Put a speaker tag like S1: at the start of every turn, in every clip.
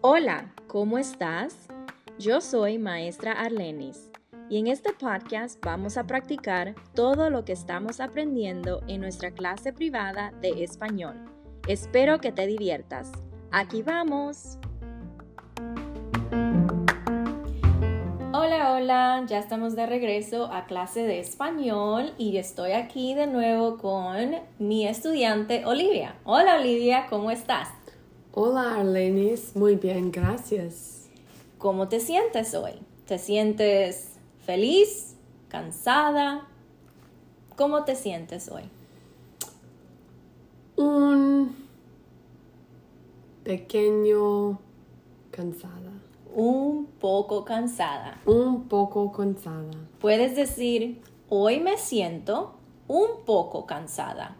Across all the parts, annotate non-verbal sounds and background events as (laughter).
S1: Hola, ¿cómo estás? Yo soy maestra Arlenis y en este podcast vamos a practicar todo lo que estamos aprendiendo en nuestra clase privada de español. Espero que te diviertas. Aquí vamos. Hola, hola, ya estamos de regreso a clase de español y estoy aquí de nuevo con mi estudiante Olivia. Hola Olivia, ¿cómo estás?
S2: Hola Arlenis, muy bien, gracias.
S1: ¿Cómo te sientes hoy? ¿Te sientes feliz? ¿Cansada? ¿Cómo te sientes hoy?
S2: Un pequeño cansada,
S1: Un poco cansada.
S2: un poco cansada.
S1: Puedes decir, hoy me siento un poco cansada.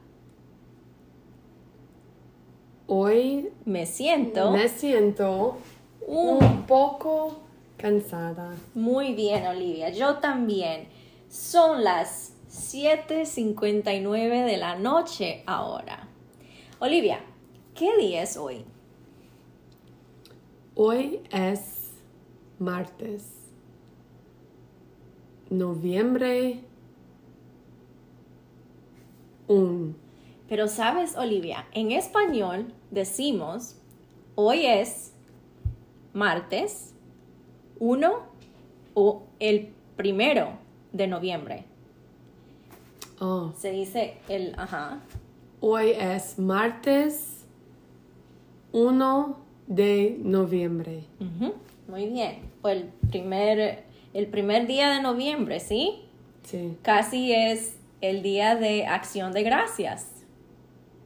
S2: Hoy
S1: Me siento
S2: me siento
S1: un...
S2: un poco cansada.
S1: Muy bien, Olivia. Yo también. Son las 7.59 de la noche ahora. Olivia, ¿qué día es hoy?
S2: Hoy es martes, noviembre 1.
S1: Pero sabes, Olivia, en español decimos hoy es martes 1 o el primero de noviembre.
S2: Oh,
S1: Se dice el, ajá,
S2: Hoy es martes 1 de noviembre.
S1: ujú, muy bien, o el primer, el primer día de noviembre, ¿sí?
S2: Sí.
S1: Casi es el día de acción de gracias.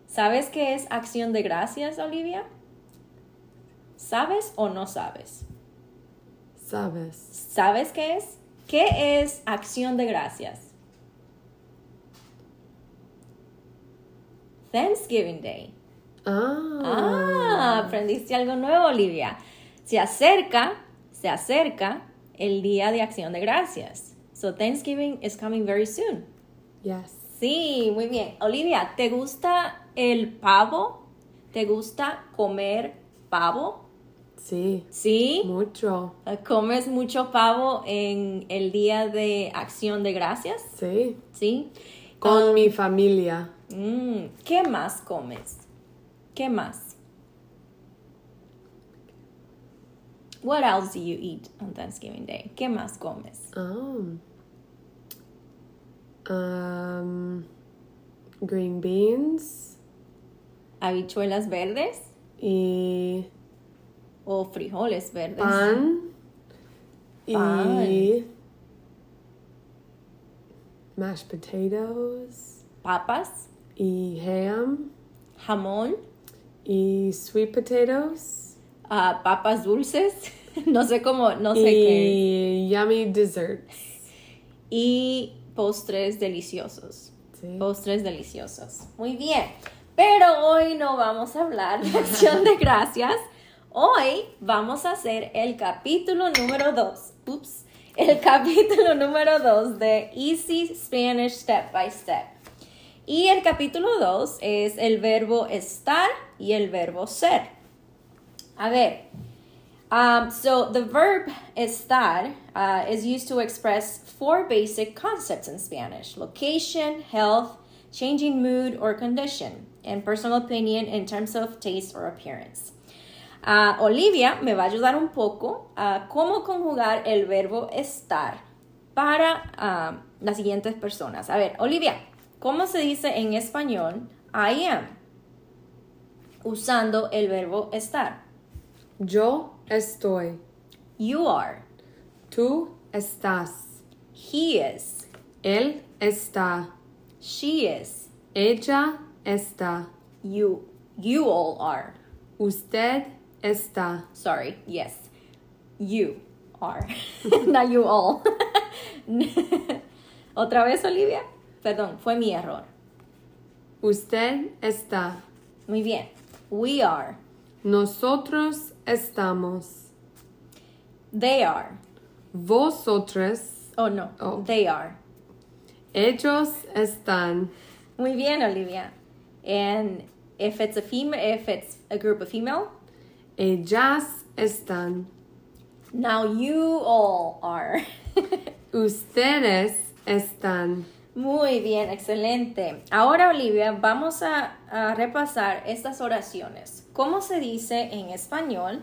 S1: ¿Sabes qué es acción de gracias, Olivia? ¿Sabes o no sabes?
S2: ¿Sabes?
S1: ¿Sabes qué es? ¿Qué es acción de gracias? Thanksgiving Day.
S2: Oh.
S1: Ah,
S2: Ah.
S1: aprendiste algo nuevo, Olivia. Se acerca, se acerca el día de acción de gracias. So Thanksgiving is coming very soon.
S2: Yes.
S1: Sí, muy bien. Olivia, ¿te gusta el pavo? ¿Te gusta comer pavo?
S2: Sí.
S1: Sí.
S2: Mucho.
S1: ¿Comes mucho pavo en el día de acción de gracias?
S2: Sí.
S1: ¿Sí?
S2: Con mi familia.
S1: Mm, ¿Qué más comes? ¿Qué más? What else do you eat on Thanksgiving Day? ¿Qué más comes?
S2: Ah. Um, green beans
S1: ¿Habichuelas verdes
S2: y
S1: o frijoles verdes?
S2: pan. Y mashed potatoes
S1: ¿Papas?
S2: y ham
S1: ¿Jamón?
S2: y sweet potatoes
S1: ah, ¿Papas dulces? (laughs) no sé cómo, no sé qué.
S2: y yummy desserts.
S1: Y postres deliciosos.
S2: Sí.
S1: Postres deliciosos. Muy bien. Pero hoy no vamos a hablar de acción de gracias. Hoy vamos a hacer el capítulo número 2. Ups. El capítulo número 2 de Easy Spanish Step by Step. Y el capítulo 2 es el verbo estar y el verbo ser. A ver, Um, so the verb estar uh, is used to express four basic concepts in Spanish location, health, changing mood or condition, and personal opinion in terms of taste or appearance. Uh, Olivia me va a ayudar un poco a cómo conjugar el verbo estar para um, las siguientes personas. A ver, Olivia, ¿cómo se dice en español I am? Usando el verbo estar.
S2: Yo estoy.
S1: You are.
S2: Tú estás.
S1: He is.
S2: Él está.
S1: She is.
S2: Ella está.
S1: You you all are.
S2: Usted está.
S1: Sorry. Yes. You are. (laughs) Not you all. (laughs) Otra vez, Olivia. Perdón, fue mi error.
S2: Usted está.
S1: Muy bien. We are.
S2: Nosotros estamos.
S1: They are.
S2: Vosotros.
S1: Oh no.
S2: Oh.
S1: They are.
S2: Ellos están.
S1: Muy bien, Olivia. And if it's a female, if it's a group of female,
S2: Ellas están.
S1: now you all are. (laughs)
S2: Ustedes están.
S1: Muy bien, excelente. Ahora, Olivia, vamos a, a repasar estas oraciones. ¿Cómo se dice en español?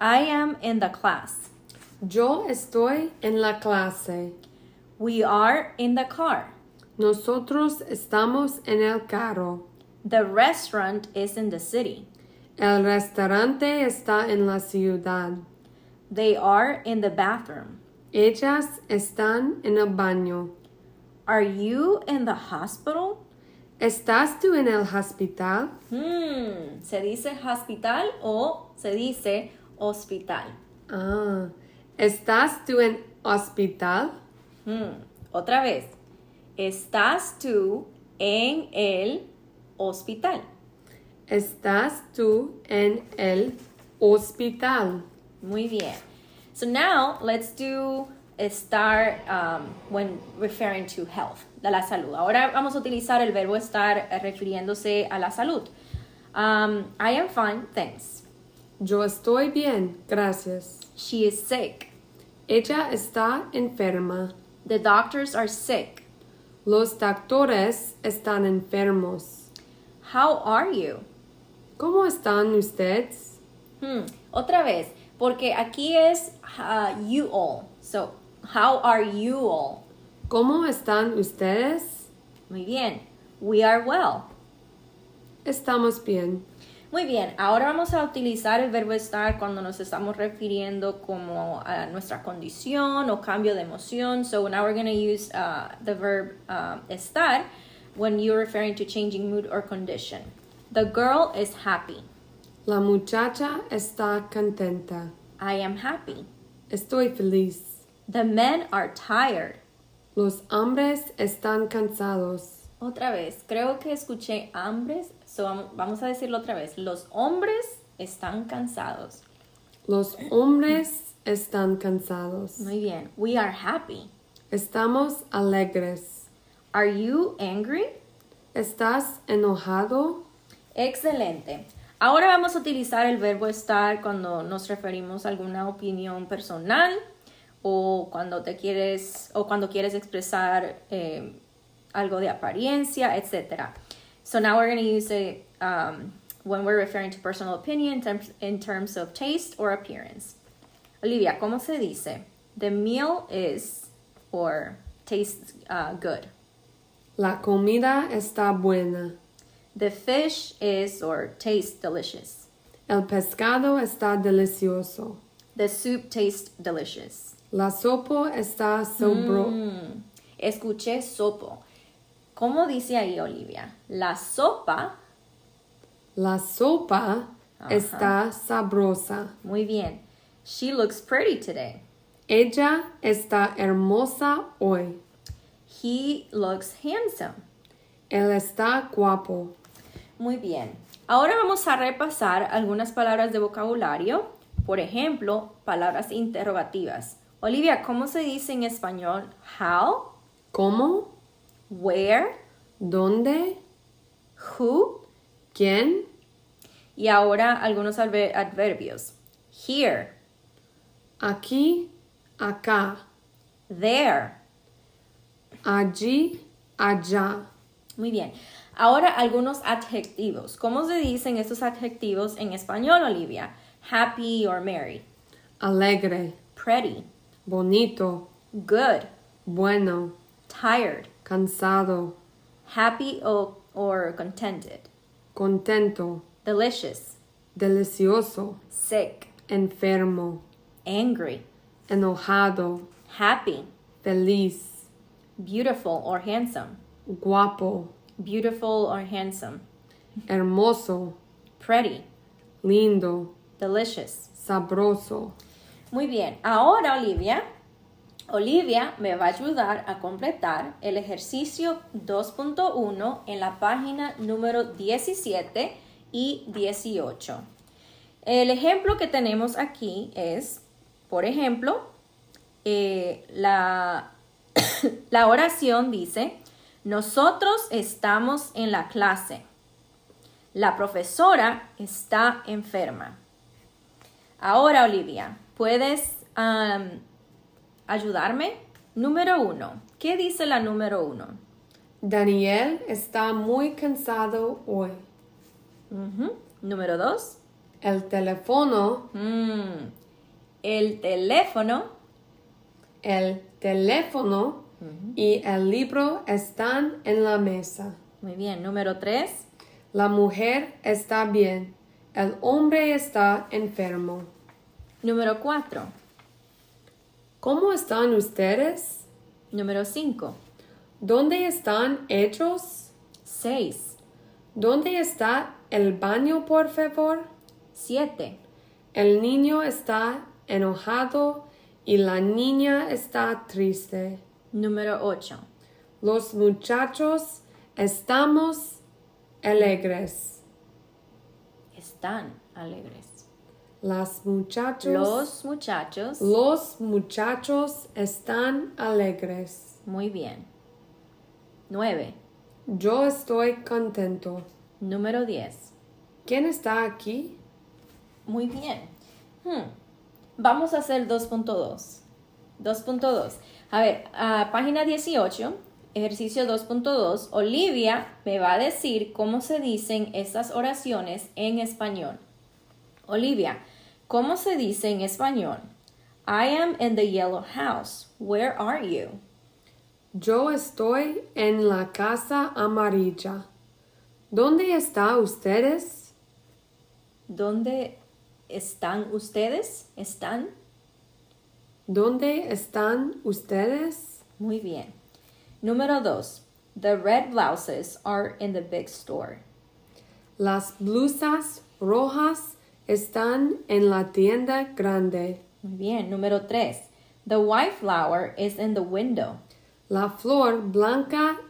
S1: I am in the class.
S2: Yo estoy en la clase.
S1: We are in the car.
S2: Nosotros estamos en el carro.
S1: The restaurant is in the city.
S2: El restaurante está en la ciudad.
S1: They are in the bathroom.
S2: Ellas están en el baño.
S1: Are you in the hospital?
S2: ¿Estás tú en el hospital?
S1: Hmm, se dice hospital o se dice hospital.
S2: Ah, ¿estás tú en hospital?
S1: Hmm, Otra vez. Estás tú en el hospital.
S2: ¿Estás tú en el hospital?
S1: Muy bien. So now let's do estar um, when referring to health, de la salud. Ahora vamos a utilizar el verbo estar eh, refiriéndose a la salud. Um, I am fine, thanks.
S2: Yo estoy bien, gracias.
S1: She is sick.
S2: Ella está enferma.
S1: The doctors are sick.
S2: Los doctores están enfermos.
S1: How are you?
S2: ¿Cómo están ustedes?
S1: Hmm, Otra vez, porque aquí es uh, you all. So, how are you all?
S2: ¿Cómo están ustedes?
S1: Muy bien. We are well.
S2: Estamos bien.
S1: Muy bien, ahora vamos a utilizar el verbo estar cuando nos estamos refiriendo como a nuestra condición o cambio de emoción. So now we're going to use uh, the verb um, estar when you're referring to changing mood or condition. The girl is happy.
S2: La muchacha está contenta.
S1: I am happy.
S2: Estoy feliz.
S1: The men are tired.
S2: Los hombres están cansados.
S1: Otra vez, creo que escuché hambres. So vam- vamos a decirlo otra vez. Los hombres están cansados.
S2: Los hombres están cansados.
S1: Muy bien. We are happy.
S2: Estamos alegres.
S1: Are you angry?
S2: ¿Estás enojado?
S1: Excelente. Ahora vamos a utilizar el verbo estar cuando nos referimos a alguna opinión personal o cuando te quieres o cuando quieres expresar eh, algo de apariencia, etc. So now we're going to use it um, when we're referring to personal opinion in terms, in terms of taste or appearance. Olivia, ¿cómo se dice? The meal is or tastes uh, good.
S2: La comida está buena.
S1: The fish is or tastes delicious.
S2: El pescado está delicioso.
S1: The soup tastes delicious.
S2: La sopa está sobro.
S1: Escuché sopo. ¿Cómo dice ahí Olivia? La sopa,
S2: La sopa
S1: Ajá.
S2: está sabrosa.
S1: muy bien. She looks pretty today.
S2: Ella está hermosa hoy.
S1: He looks handsome.
S2: Él está guapo.
S1: Muy bien. Ahora vamos a repasar algunas palabras de vocabulario. Por ejemplo, palabras interrogativas. Olivia, ¿cómo se dice en español? How,
S2: ¿Cómo?
S1: where,
S2: ¿Dónde?
S1: who.
S2: ¿Quién?
S1: Y ahora algunos adver- adverbios. Here,
S2: Aquí, acá.
S1: there,
S2: Allí, allá.
S1: Muy bien. Ahora algunos adjetivos. ¿Cómo se dicen estos adjetivos en español, Olivia? Happy or merry,
S2: Alegre,
S1: pretty,
S2: bonito,
S1: good,
S2: bueno,
S1: tired,
S2: cansado,
S1: happy o- or contented,
S2: contento,
S1: delicious,
S2: delicioso,
S1: sick,
S2: enfermo,
S1: angry,
S2: enojado,
S1: happy,
S2: feliz,
S1: beautiful or handsome,
S2: guapo,
S1: beautiful or handsome,
S2: hermoso,
S1: pretty,
S2: lindo,
S1: delicious.
S2: sabroso.
S1: Muy bien. Ahora, Olivia, Olivia me va a ayudar a completar el ejercicio 2.1 en la página número 17 y 18. El ejemplo que tenemos aquí es, por (coughs) ejemplo, eh, la, la oración dice, Nosotros estamos en la clase. La profesora está enferma. Ahora, Olivia, ¿puedes am, ayudarme? Número uno. ¿Qué dice la número uno?
S2: Daniel está muy cansado hoy.
S1: Ujú. Número dos.
S2: El teléfono,
S1: Mm, El teléfono.
S2: el teléfono y el libro están en la mesa.
S1: Muy bien. Número tres.
S2: La mujer está bien. El hombre está enfermo.
S1: Número cuatro.
S2: ¿Cómo están ustedes?
S1: Número cinco.
S2: ¿Dónde están ellos?
S1: Seis.
S2: ¿Dónde está el baño, por favor?
S1: Siete.
S2: El niño está enojado y la niña está triste.
S1: Número ocho.
S2: Los muchachos estamos alegres.
S1: Están alegres.
S2: Las muchachos.
S1: Los muchachos.
S2: Los muchachos están alegres.
S1: Muy bien. Nueve.
S2: Yo estoy contento.
S1: Número diez.
S2: ¿Quién está aquí?
S1: Muy bien. Hmm. Vamos a hacer 2.2. 2.2. A ver, a página 18, ejercicio 2.2. Olivia me va a decir cómo se dicen estas oraciones en español. Olivia, ¿cómo se dice en español? I am in the yellow house. Where are you?
S2: Yo estoy en la casa amarilla. ¿Dónde está ustedes?
S1: ¿Dónde están ustedes? ¿Están?
S2: ¿Dónde están ustedes?
S1: Muy bien. Número 2. The red blouses are in the big store.
S2: Las blusas rojas están en la tienda grande.
S1: Muy bien. Número 3. The white flower is in the window.
S2: La flor blanca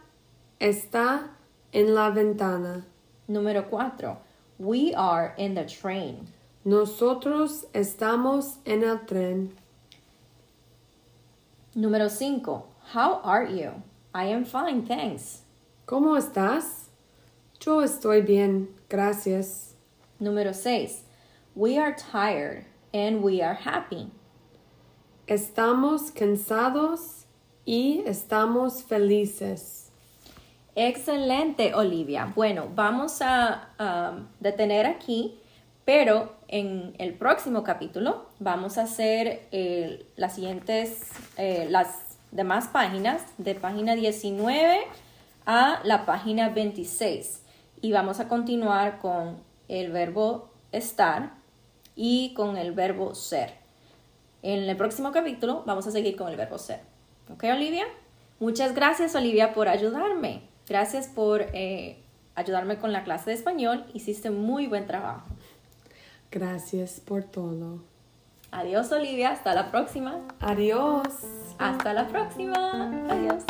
S2: está en la ventana.
S1: Número 4. We are in the train.
S2: Nosotros estamos en el tren.
S1: Número 5. How are you? I am fine, thanks.
S2: ¿Cómo estás? Yo estoy bien, gracias.
S1: Número 6. We are tired and we are happy.
S2: Estamos cansados y estamos felices.
S1: Excelente, Olivia. Bueno, vamos a um, detener aquí, pero en el próximo capítulo vamos a hacer eh, las siguientes, eh, las demás páginas, de página 19 a la página 26. Y vamos a continuar con el verbo estar y con el verbo ser. En el próximo capítulo vamos a seguir con el verbo ser. ¿Ok, Olivia? Muchas gracias, Olivia, por ayudarme. Gracias por eh, ayudarme con la clase de español. Hiciste muy buen trabajo.
S2: Gracias por todo.
S1: Adiós, Olivia. Hasta la próxima.
S2: Adiós.
S1: Hasta la próxima. Adiós.